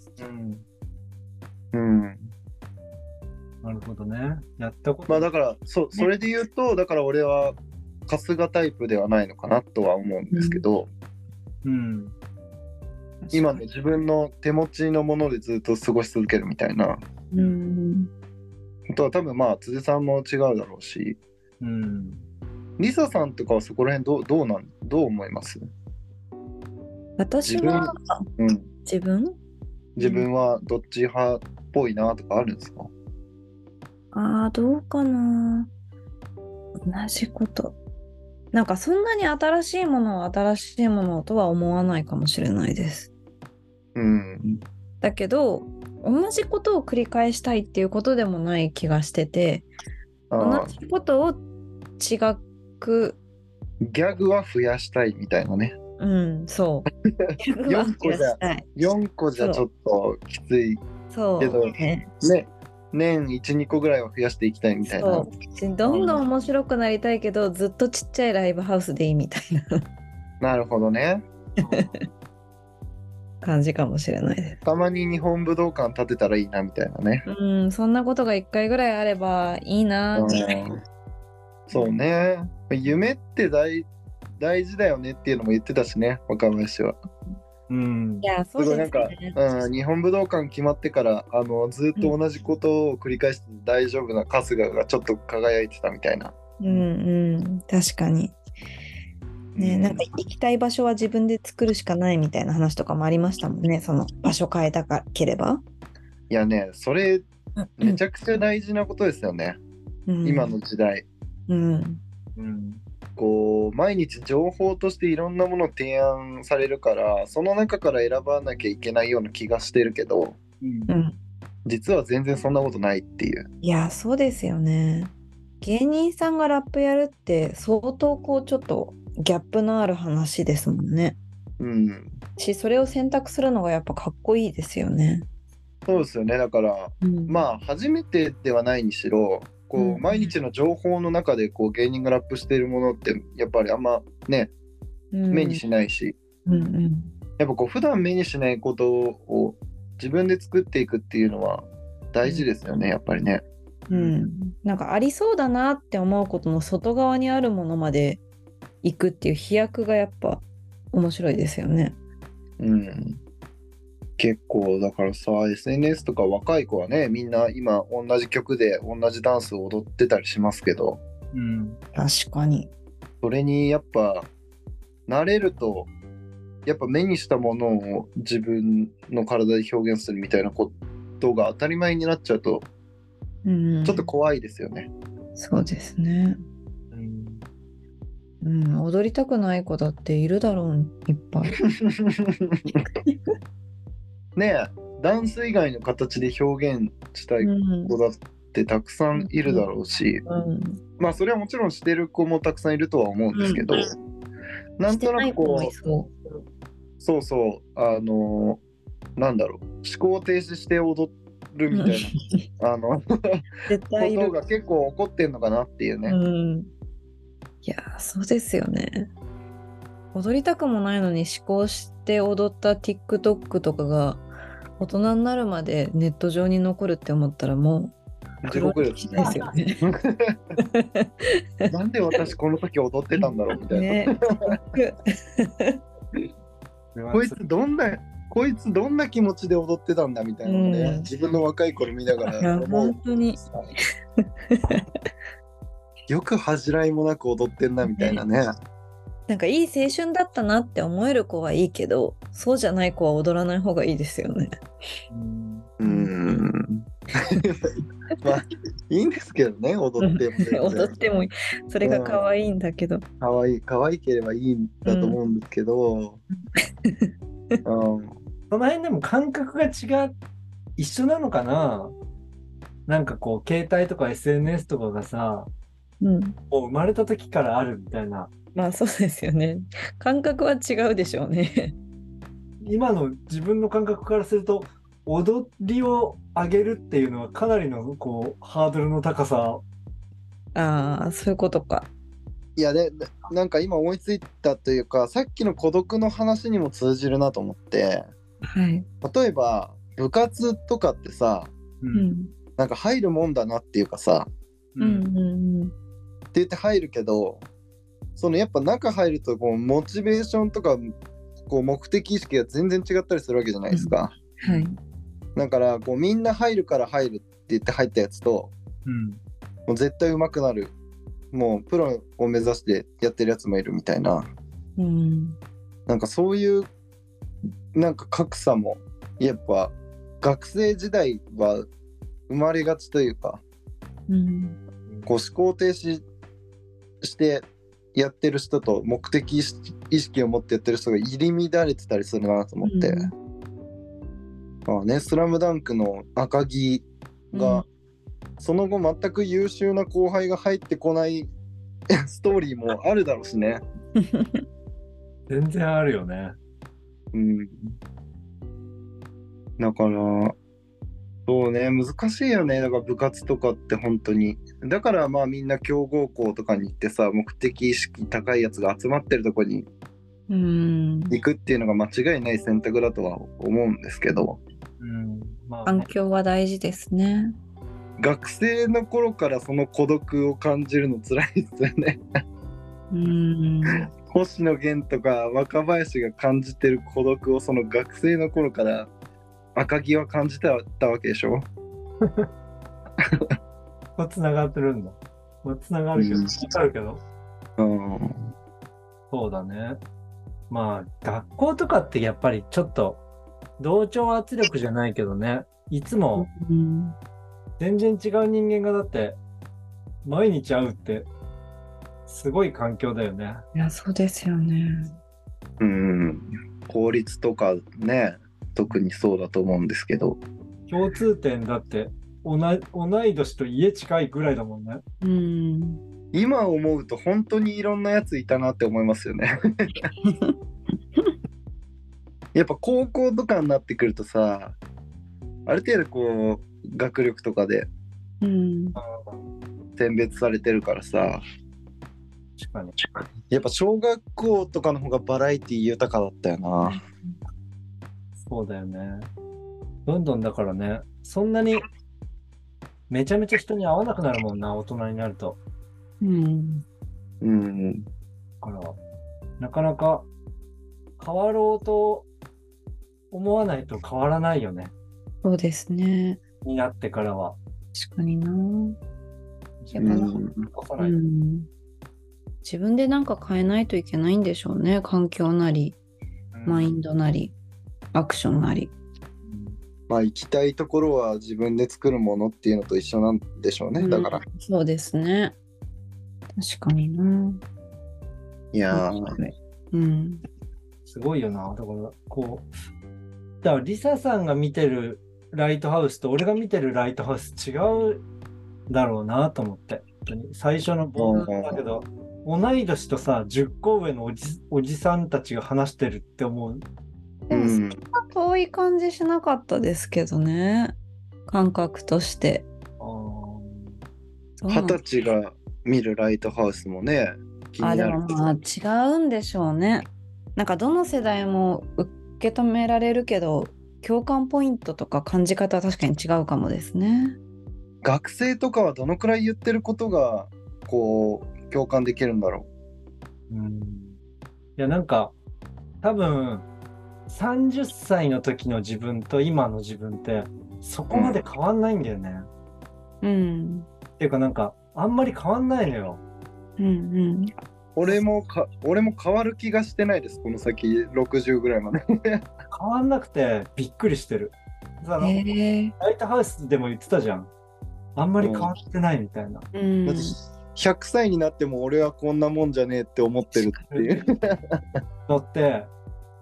Speaker 1: うん
Speaker 3: なるほどねやったこと
Speaker 1: まあだからそそれで言うとだから俺は春日タイプではないのかなとは思うんですけど、
Speaker 3: うん
Speaker 1: 今の自分の手持ちのものでずっと過ごし続けるみたいな
Speaker 2: うん
Speaker 1: あとは多分まあ辻さんも違うだろうし
Speaker 3: うん
Speaker 1: リサさんとかはそこら辺どうどうなんどう思います、
Speaker 2: 私は
Speaker 1: うん、
Speaker 2: 自分
Speaker 1: 自分はどっち派っぽいなとかあるんですか、
Speaker 2: ああどうかな同じことなんかそんなに新しいものは新しいものとは思わないかもしれないです
Speaker 1: うん、
Speaker 2: だけど同じことを繰り返したいっていうことでもない気がしてて
Speaker 1: あ
Speaker 2: 同
Speaker 1: ー
Speaker 2: じことを違く
Speaker 1: ギャグは増やしたいみたいなね
Speaker 2: うんそう
Speaker 1: [LAUGHS]
Speaker 2: 逆は増やしたい
Speaker 1: 4個じゃちょっときつい
Speaker 2: [LAUGHS] そう
Speaker 1: けど
Speaker 2: ね
Speaker 1: ね年12個ぐらいは増やしていきたいみたいな
Speaker 2: そうどんどん面白くなりたいけどずっとちっちゃいライブハウスでいいみたいな
Speaker 1: なるほどね
Speaker 2: 感じかもしれないです
Speaker 1: たまに日本武道館建てたらいいなみたいなね。
Speaker 2: うん、そんなことが一回ぐらいあればいいなーって
Speaker 1: うんそうね。夢って大大事だよねっていうのも言ってたしね、若林は。
Speaker 3: うん
Speaker 2: いや、
Speaker 1: す
Speaker 2: そう
Speaker 1: ご
Speaker 2: で
Speaker 1: い
Speaker 2: す
Speaker 1: なんか、
Speaker 2: ね。
Speaker 1: うん、日本武道館決まってからあのずっと同じことを繰り返して大丈夫な春日がちょっと輝いてたみたいな。
Speaker 2: うんうん、確かに。ね、なんか行きたい場所は自分で作るしかないみたいな話とかもありましたもんね、その場所変えたかければ。
Speaker 1: いやね、それめちゃくちゃ大事なことですよね、
Speaker 2: うん
Speaker 1: 今の。時代。
Speaker 2: うん。
Speaker 3: うん
Speaker 1: こう毎日情報としていろんなものを提案されるからその中から選ばなきゃいけないような気がしてるけど、
Speaker 3: うん
Speaker 2: うん、
Speaker 1: 実は全然そんなことないっていう
Speaker 2: いや、そうですよね。芸人さんがラップやるって相当こうちょっとギャップのある話ですもんね。
Speaker 1: うん
Speaker 2: し、それを選択するのがやっぱかっこいいですよね。
Speaker 1: そうですよねだから
Speaker 2: うん
Speaker 1: まあ初めてではないにしろこう、
Speaker 2: うん
Speaker 1: 毎日の情報の中でこう芸人がラップしているものってやっぱりあんまね目にしないし、
Speaker 2: うんうん
Speaker 1: やっぱこう普段目にしないことを自分で作っていくっていうのは大事ですよね、やっぱりね。
Speaker 2: うん、なんかありそうだなって思うことの外側にあるものまで行くっていう飛躍がやっぱ面白いですよね。
Speaker 1: うん結構だからさ SNS とか若い子はねみんな今同じ曲で同じダンスを踊ってたりしますけど、
Speaker 3: うん
Speaker 2: 確かに。
Speaker 1: それにやっぱ慣れるとやっぱ目にしたものを自分の体で表現するみたいなことが当たり前になっちゃうと
Speaker 2: うん、
Speaker 1: ちょっと怖いですよ
Speaker 2: [LAUGHS]
Speaker 1: ね。
Speaker 2: そうですね、
Speaker 3: うん
Speaker 2: うん。踊りたくない子だっているだろういっぱい。
Speaker 1: ねえダンス以外の形で表現したい
Speaker 2: うん
Speaker 1: 子だってたくさんいるだろうし、
Speaker 2: うん、
Speaker 1: まあそれはもちろんしてる子もたくさんいるとは思うんですけど、
Speaker 2: うん
Speaker 1: なんとなくこう
Speaker 2: してい子もいそ
Speaker 1: そうそうあのなんだろう思考停止して踊るみたいな、あのこ
Speaker 2: う絶対い
Speaker 1: と
Speaker 2: る。
Speaker 1: が結構起こってんのかなっていうね、
Speaker 2: うん、いやーそうですよね。踊りたくもないのに思考して踊った TikTok とかが大人になるまでネット上に残るって思ったらもう
Speaker 1: 地獄です
Speaker 2: 黒
Speaker 1: ね
Speaker 2: 歴史です
Speaker 1: なんで私この時踊ってたんだろうみた
Speaker 2: よ
Speaker 1: いな、
Speaker 2: ね。ね
Speaker 3: これは
Speaker 1: こいつどんなこいつどんな気持ちで踊ってたんだみたいなのね、
Speaker 2: うん
Speaker 1: 自分の若い頃見なが
Speaker 2: いや
Speaker 1: ら思 [LAUGHS] う
Speaker 2: 本当に
Speaker 1: よく恥じらいもなく踊ってんなみたいなね、
Speaker 2: なんかいい青春だったなって思える子はいいけどそうじゃない子は踊らない方がいいですよね。
Speaker 3: うん
Speaker 1: うー
Speaker 2: [LAUGHS]
Speaker 1: んまあいいんですけどね踊っても全然
Speaker 2: 踊ってもいいそれが可愛いんだけど、
Speaker 1: 可愛い可愛ければいいんだと思うんですけど、うん、
Speaker 3: その辺でも感覚が違う、一緒なのかななんかこう、携帯とか SNS とかがさ、
Speaker 2: うん、
Speaker 3: もう生まれた時からあるみたいな、
Speaker 2: まあそうですよね感覚は違うでしょうね。
Speaker 3: 今の自分の感覚からすると、踊りを上げるっていうのはかなりのこう、ハードルの高さ。
Speaker 2: ああそういうことか。
Speaker 1: いやでななんか今思いついたというかさっきの孤独の話にも通じるなと思って
Speaker 2: はい。
Speaker 1: 例えば部活とかってさ
Speaker 3: う
Speaker 2: う。ん
Speaker 1: なんか入るもんだなっていうかさ
Speaker 2: うんうんうん。
Speaker 1: って言って入るけどそのやっぱ中入るとこうモチベーションとかこう目的意識が全然違ったりするわけじゃないですか、
Speaker 2: はい。
Speaker 1: だからこうみんな入るから入るって言って入ったやつと
Speaker 3: うん。
Speaker 1: もう絶対上手くなるもうプロを目指してやってるやつもいるみたいな
Speaker 2: うん。
Speaker 1: なんかそういうなんか格差もやっぱ学生時代は生まれがちというか
Speaker 2: うん。
Speaker 1: こう思考停止してやってる人と目的意識意識を持ってやってる人が入り乱れてたりするなと思って、
Speaker 2: うん
Speaker 1: まあね「スラムダンクの赤木が、その後全く優秀な後輩が入ってこない [LAUGHS] ストーリーもあるだろうしね。
Speaker 3: 全然あるよね。
Speaker 1: うん、だからそうね難しいよねだから部活とかって本当にだからまあみんな強豪校とかに行ってさ目的意識高いやつが集まってるとこに
Speaker 2: うん。
Speaker 1: 行くっていうのが間違いない選択だとは思うんですけど
Speaker 3: うん。まあ
Speaker 2: 環
Speaker 3: ね、
Speaker 2: 境は大事ですね。
Speaker 1: 学生の頃からその孤独を感じるの辛いですよね
Speaker 2: うん。
Speaker 1: 星野源とか若林が感じてる孤独をその学生の頃から赤木は感じてたわけでしょ
Speaker 3: こう繋がってるんだ。こう繋がるけど、
Speaker 1: うん
Speaker 3: 繋がるけど。
Speaker 1: うん
Speaker 3: そうだね。まあ、学校とかってやっぱりちょっと、同調圧力じゃないけどね、いつも
Speaker 2: うん
Speaker 3: 全然違う人間がだって、毎日会うって、すごい環境だよね。
Speaker 2: いや、そうですよね。
Speaker 1: うん、法律とかね特にそうだと思うんですけど
Speaker 3: 共通点だって、同い同い年と家近いぐらいだもんね。
Speaker 2: うん。
Speaker 1: 今思うと本当にいろんなやついたなって思いますよ [LAUGHS] ねやっぱ高校とかになってくるとさある程度こう学力とかで
Speaker 2: うん。
Speaker 1: 選別されてるからさ
Speaker 3: 確かに。
Speaker 1: やっぱ小学校とかの方がバラエティ豊かだったよな
Speaker 3: そうだよね。どんどんだからね、そんなに、めちゃめちゃ人に会わなくなるもんな、大人になると。
Speaker 2: うん。
Speaker 1: うん
Speaker 3: だから、なかなか変わろうと思わないと変わらないよね。
Speaker 2: そうですね。
Speaker 3: になってからは。
Speaker 2: 確かにな。
Speaker 3: 自
Speaker 2: や
Speaker 1: う
Speaker 2: っぱなん
Speaker 3: 分の
Speaker 2: か
Speaker 1: ん
Speaker 3: 起こさ
Speaker 2: う
Speaker 3: ないと。
Speaker 2: ん。自分でなんか変えないといけないんでしょうね。環境なり、マインドなり、アクションなり。
Speaker 1: まあ行きたいところは自分で作るものっていうのと一緒なんでしょうねだから、
Speaker 2: うんそうですね。確かにな。
Speaker 1: いやー
Speaker 2: うん。
Speaker 3: すごいよな。だから、こう。だから、リサさんが見てるライトハウスと俺が見てるライトハウス違うだろうなと思って。本当に最初の冒頭だけど、同い年とさ、10個上のおじおじさんたちが話してるって思う。
Speaker 2: でもそ
Speaker 1: うん
Speaker 2: んな遠い感じしなかったですけどね。感覚として。そ
Speaker 3: あ
Speaker 2: う
Speaker 1: 二
Speaker 2: なん
Speaker 1: 十歳が見るライトハウスもね気
Speaker 2: あ
Speaker 1: に
Speaker 2: で
Speaker 1: な
Speaker 2: も
Speaker 1: る
Speaker 2: まあ違うんでしょうね。なんかどの世代も受け止められるけど共感ポイントとか感じ方は確かに違うかもですね。
Speaker 1: 学生とかはどのくらい言ってることがこう共感できるんだろ
Speaker 3: ーうんいや、なんか、多分、 30歳の時の自分と今の自分ってそこまで変わんないんだよね。
Speaker 2: うん。
Speaker 3: っていうかなんかあんまり変わんないのよ。
Speaker 2: うんうん。
Speaker 1: 俺もか俺も変わる気がしてないですこの先60ぐらいまで
Speaker 3: 変わんなくてびっくりしてる。だから
Speaker 4: へえ。
Speaker 3: ライトハウスでも言ってたじゃん。あんまり変わってないみたいな。
Speaker 2: うん。
Speaker 1: だって100歳になっても俺はこんなもんじゃねえって思ってるっていう
Speaker 3: のって、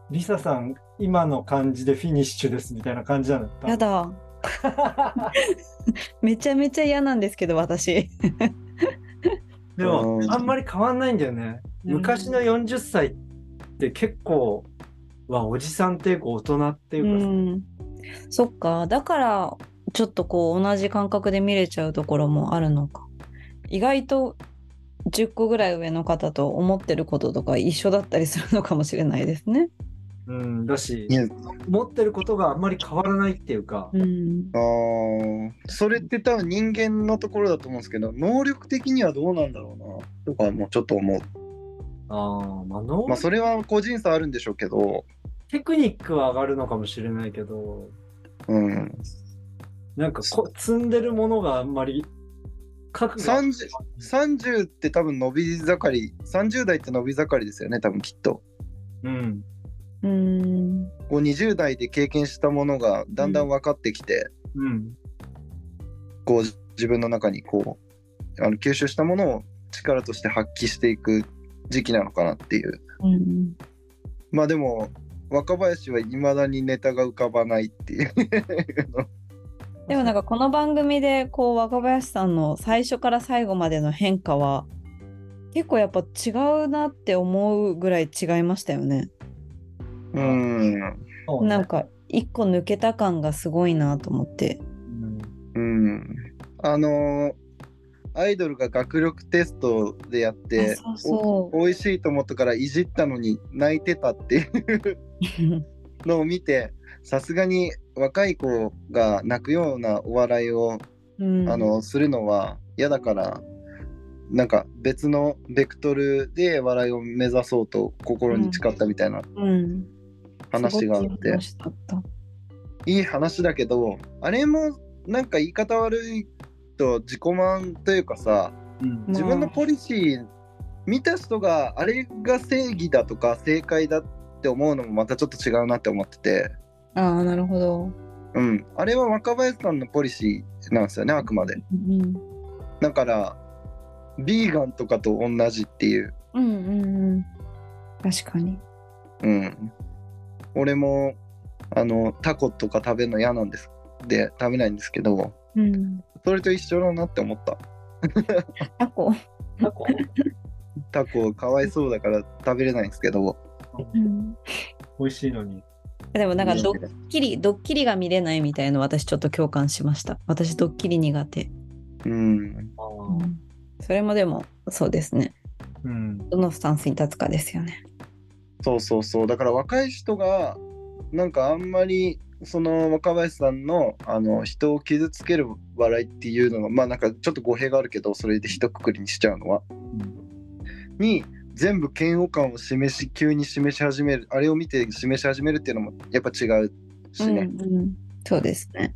Speaker 3: リサさん、今の感じでフィニッシュですみたいな感じなの。
Speaker 1: [LAUGHS]
Speaker 2: やだ。めちゃめちゃ嫌なんですけど、私。
Speaker 3: でも
Speaker 1: う、ん
Speaker 3: あんまり変わんないんだよね。昔の40歳って結構、はおじさんっていうか大人っていううかさ、
Speaker 2: ん。そっか。だから、ちょっとこう、同じ感覚で見れちゃうところもあるのか。意外と10個ぐらい上の方と思ってることとか一緒だったりするのかもしれないですね。
Speaker 3: うん、だし
Speaker 1: い、や
Speaker 3: 持ってることがあんまり変わらないっていうか、
Speaker 2: うん
Speaker 1: あ。ーそれって多分人間のところだと思うんですけど能力的にはどうなんだろうなとかもちょっと思う
Speaker 3: ああ、まあ、の
Speaker 1: まあそれは個人差あるんでしょうけど
Speaker 3: テクニックは上がるのかもしれないけど、
Speaker 1: うん
Speaker 3: なんかこ積んでるものがあんまり、核が
Speaker 1: 30, 30って多分伸び盛り30代って伸び盛りですよね多分きっと
Speaker 3: うん。
Speaker 2: うん。
Speaker 1: こう20代で経験したものがだんだん分かってきて、
Speaker 3: うん。
Speaker 1: こう自分の中にこうあの吸収したものを力として発揮していく時期なのかなっていう
Speaker 2: うん。
Speaker 1: まあでも若林はいまだにネタが浮かばないっていう
Speaker 2: でもなんかこの番組でこう若林さんの最初から最後までの変化は結構やっぱ違うなって思うぐらい違いましたよね。
Speaker 1: うん
Speaker 3: そうね
Speaker 2: なんか一個抜けた感がすごいなと思
Speaker 3: [LAUGHS]
Speaker 2: って。
Speaker 3: うん
Speaker 1: うんあのーアイドルが学力テストでやって
Speaker 2: あそうそう
Speaker 1: お美味しいと思ったからいじったのに泣いてたっていうのを見てさすがに若い子が泣くようなお笑いを
Speaker 2: うん、
Speaker 1: あのするのは嫌だからなんか別のベクトルで笑いを目指そうと心に誓ったみたいな
Speaker 2: うん、
Speaker 1: 話があっ
Speaker 2: すごくい
Speaker 1: て、
Speaker 2: い話だった
Speaker 1: いい話だけどあれもなんか言い方悪いと自己満というかさ
Speaker 3: うん
Speaker 2: まあ
Speaker 1: 自分のポリシー見た人があれが正義だとか正解だって思うのもまたちょっと違うなって思ってて、
Speaker 2: ああなるほど。
Speaker 1: うん、あれは若林さんのポリシーなんですよねあくまで
Speaker 2: うん
Speaker 1: だからビーガンとかと同じっていう
Speaker 2: うんうんうん。確かに。
Speaker 1: うん。俺も、あの、タコとか食べるの嫌なんです。で、食べないんですけど、
Speaker 2: うん。
Speaker 1: それと一緒だなって思った。
Speaker 2: タコ。
Speaker 3: なんか
Speaker 1: タコ、かわいそうだから食べれないんですけど。
Speaker 2: うん、
Speaker 3: 美味しいのに。
Speaker 2: でもなんか
Speaker 1: うん
Speaker 2: ドッキリ、ドッキリが見れないみたいなの私ちょっと共感しました。私ドッキリ苦手。
Speaker 1: うん。
Speaker 3: あー
Speaker 2: それもでもそうですね
Speaker 3: うん。
Speaker 2: どのスタンスに立つかですよね。
Speaker 1: そうそうそう。だから若い人が、なんかあんまり、その若林さんのあの人を傷つける笑いっていうのがまあなんかちょっと語弊があるけどそれで一括りにしちゃうのは、に全部嫌悪感を示し急に示し始めるあれを見て示し始めるっていうのもやっぱ違うしね、
Speaker 2: うん、そうですね。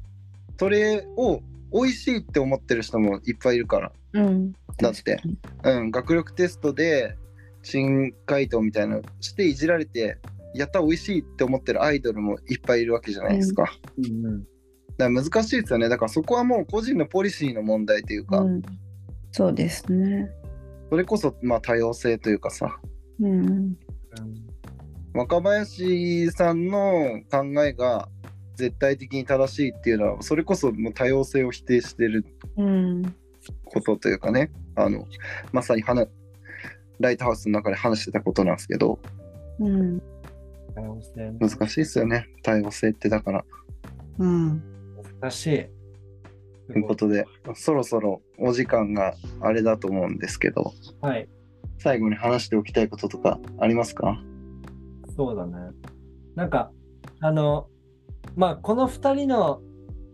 Speaker 1: それを美味しいって思ってる人もいっぱいいるから、
Speaker 2: うん、
Speaker 1: だってうん、学力テストで新回答みたいなのしていじられてやった美味しいって思ってるアイドルもいっぱいいるわけじゃないですか,、
Speaker 3: うんうん
Speaker 1: だから難しいですよねだからそこはもう個人のポリシーの問題というか、
Speaker 2: うん、そうですね。
Speaker 1: それこそまあ多様性というかさ
Speaker 2: うん、
Speaker 1: 若林さんの考えが絶対的に正しいっていうのはそれこそもう多様性を否定してる
Speaker 2: うん、
Speaker 1: ことというかねあのまさに話ライトハウスの中で話してたことなんですけど
Speaker 2: うん、
Speaker 3: 多様性
Speaker 1: 難
Speaker 3: ね
Speaker 1: しいですよね多様性ってだから
Speaker 2: うん、
Speaker 3: 難しい。
Speaker 1: ということでそろそろお時間があれだと思うんですけど
Speaker 3: はい。
Speaker 1: 最後に話しておきたいこととかありますか
Speaker 3: そうだね。なんか、あの、まあ、この二人の、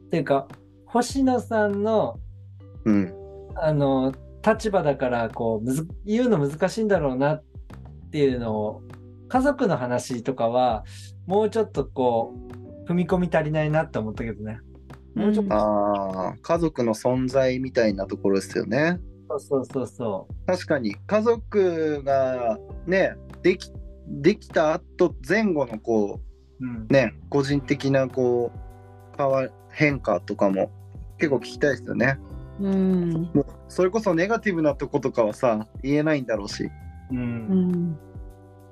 Speaker 3: っていうか、星野さんの、
Speaker 1: うん
Speaker 3: あの、立場だから、こう、むず言うの難しいんだろうなっていうのを家族の話とかはもうちょっとこう踏み込み足りないなって思ったけどね。もうちょっと、
Speaker 1: ああ家族の存在みたいなところですよね
Speaker 3: そうそうそうそう。
Speaker 1: 確かに家族がねできできた後前後のこ
Speaker 3: うん
Speaker 1: う、ね個人的なこう変わ変化とかも結構聞きたいですよね
Speaker 2: うん
Speaker 1: それこそネガティブなとことかはさ言えないんだろうし
Speaker 3: う、
Speaker 2: うんん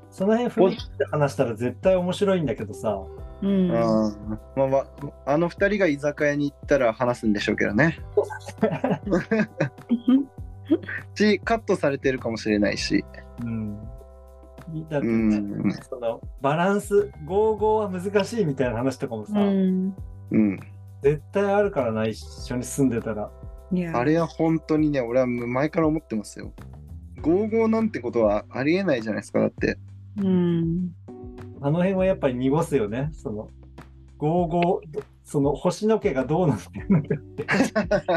Speaker 3: その辺振り切って話したら絶対面白いんだけどさ。
Speaker 2: うん
Speaker 1: うんまあわ、あの2人が居酒屋に行ったら話すんでしょうけど
Speaker 2: [LAUGHS]
Speaker 1: ね。しカットされてるかもしれないし。
Speaker 3: うん。だっ
Speaker 1: う
Speaker 3: て、
Speaker 1: ん
Speaker 3: そのバランス、55は難しいみたいな話とかもさ、
Speaker 2: うん
Speaker 1: うん、
Speaker 3: 絶対あるからな、一緒に住んでたら。
Speaker 2: いや
Speaker 1: あれは本当にね俺は前から思ってますよ。合合なんてことはありえないじゃないですかだって。
Speaker 2: うん
Speaker 3: あの辺はやっぱり濁すよね、その、55、その星の家がどうなってるのか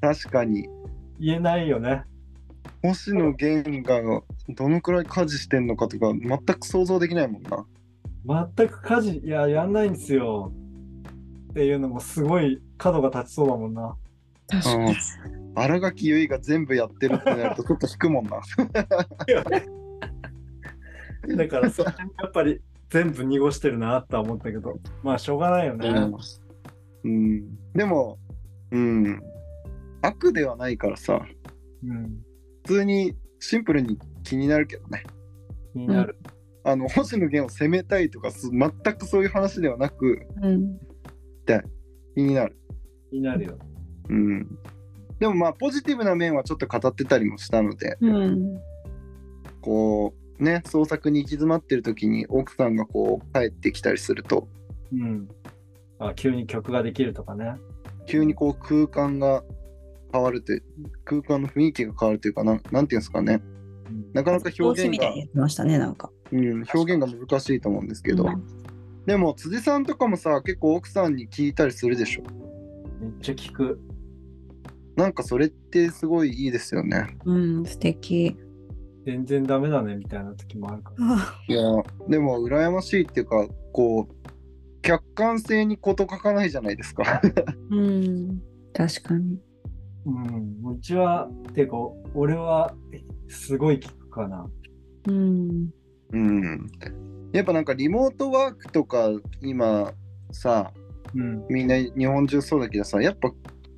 Speaker 1: 確かに
Speaker 3: 言えないよね。
Speaker 1: 星野源がどのくらい家事してんのかとか全く想像できないもんな。
Speaker 3: 全く家事、いや、やんないんですよ。っていうのもすごい角が立ちそうだもんな。
Speaker 5: 確かに。
Speaker 1: うん新垣結衣が全部やってるってなるとちょっと引くもんな。
Speaker 3: だから
Speaker 2: [LAUGHS]
Speaker 3: その辺やっぱり全部濁してるなとは思ったけど、まあしょうがないよね。
Speaker 1: うん、でも、うん、悪ではないからさ
Speaker 3: うん。
Speaker 1: 普通にシンプルに気になるけどね
Speaker 3: 気になる。
Speaker 1: あの星野源を責めたいとかす全くそういう話ではなく
Speaker 2: うん
Speaker 1: 気になる、
Speaker 3: 気になるよ。
Speaker 1: うん、でもまあポジティブな面はちょっと語ってたりもしたので
Speaker 2: うん
Speaker 1: こうね創作に行き詰まってる時に奥さんがこう帰ってきたりすると
Speaker 3: うん。あ急に曲ができるとかね。
Speaker 1: 急にこう空間が変わるという空間の雰囲気が変わるというかなんなんていうんですかね
Speaker 3: うん
Speaker 1: なかなか
Speaker 2: 表
Speaker 1: 表
Speaker 2: 紙み
Speaker 1: 現
Speaker 2: たい
Speaker 1: が
Speaker 2: にやってましたねなんか
Speaker 1: うん、表現が難しいと思うんですけど、でも辻さんとかもさ結構奥さんに聞いたりするでしょ
Speaker 3: めっちゃ聞く。
Speaker 1: なんかそれってすごいいいですよね
Speaker 2: うん素敵
Speaker 3: 全然ダメだねみたいな時もあるから。
Speaker 2: あ
Speaker 1: いやでも羨ましいっていうかこう客観性に事書かないじゃないですか
Speaker 2: うん確かに
Speaker 3: うん。うちは、てか、俺はすごい聞くかな。
Speaker 2: うん
Speaker 1: うんやっぱなんかリモートワークとか今さ
Speaker 3: うん。
Speaker 1: みんな日本中そうだけどさやっぱ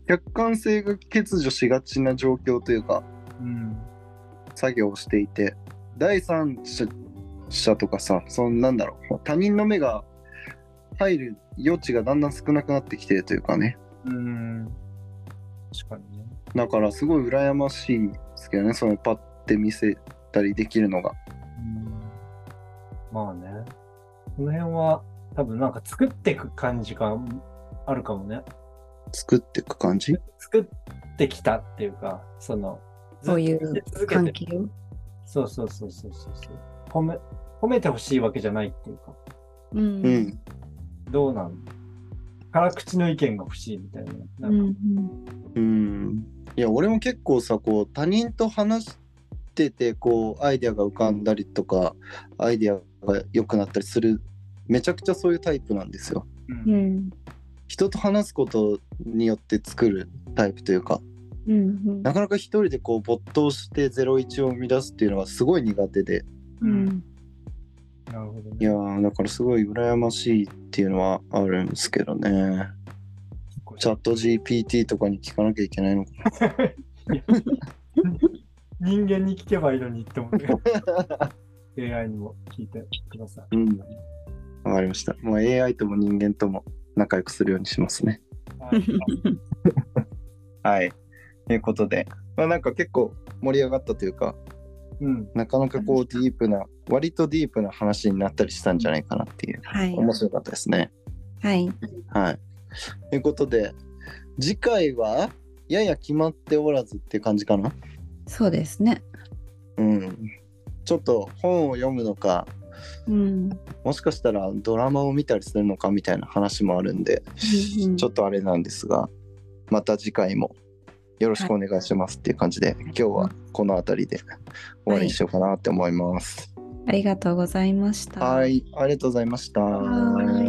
Speaker 1: 客観性が欠如しがちな状況というか
Speaker 3: うん。
Speaker 1: 作業をしていて第三者者とかさそのなんだろう他人の目が入る余地がだんだん少なくなってきてるというかね
Speaker 3: うん。確かにね。
Speaker 1: だからすごい羨ましいですけどねそのパッて見せたりできるのが
Speaker 3: うん。まあね。この辺は多分なんか作っていく感じがあるかもね。
Speaker 1: 作っていく感じ
Speaker 3: 作ってきたっていうか、その、ず
Speaker 2: そ
Speaker 3: っと
Speaker 2: ういう
Speaker 3: 続け
Speaker 2: 関
Speaker 3: て
Speaker 2: 係を
Speaker 3: そうそうそうそうそうそう。褒め、褒めてほしいわけじゃないっていうか、
Speaker 1: う
Speaker 2: う
Speaker 1: んん
Speaker 3: どうなん辛口の意見が欲しいみたいな。
Speaker 2: う
Speaker 3: なんか、
Speaker 2: ん
Speaker 1: うんいや俺も結構さこう他人と話しててこうアイデアが浮かんだりとかアイデアが良くなったりするめちゃくちゃそういうタイプなんですよ
Speaker 3: う
Speaker 2: うんん
Speaker 1: 人と話すことによって作るタイプというか
Speaker 2: うん
Speaker 1: なかなか一人でこう没頭して01を生み出すっていうのがすごい苦手で
Speaker 2: う
Speaker 3: うん
Speaker 2: ん
Speaker 3: なるほど
Speaker 1: い
Speaker 3: ね。
Speaker 1: やーだからすごい羨ましいっていうのはあるんですけどねチャット GPT とかに聞かなきゃいけないのか
Speaker 3: 人間に聞けばいいのにって思って。AI にも聞いてください。
Speaker 1: うんわかりましたもう AI とも人間とも仲良くするようにしますね
Speaker 2: [LAUGHS]
Speaker 3: はい
Speaker 1: はいということでまあなんか結構盛り上がったというか
Speaker 3: うん。
Speaker 1: なかなかこうディープな割とディープな話になったりしたんじゃないかなっていう
Speaker 2: はい
Speaker 1: 面白かったですね
Speaker 2: はい
Speaker 1: はい。ということで次回はやや決まっておらずっていう感じかな。
Speaker 2: そうですね
Speaker 1: うん。ちょっと本を読むのか
Speaker 2: うん
Speaker 1: もしかしたらドラマを見たりするのかみたいな話もあるんで、
Speaker 2: うんうん
Speaker 1: ちょっとあれなんですがまた次回もよろしくお願いしますっていう感じで、今日はこの辺りで終わりにしようかなって思います。
Speaker 2: ありがとうございました。
Speaker 1: はい、ありがとうございました。
Speaker 2: はい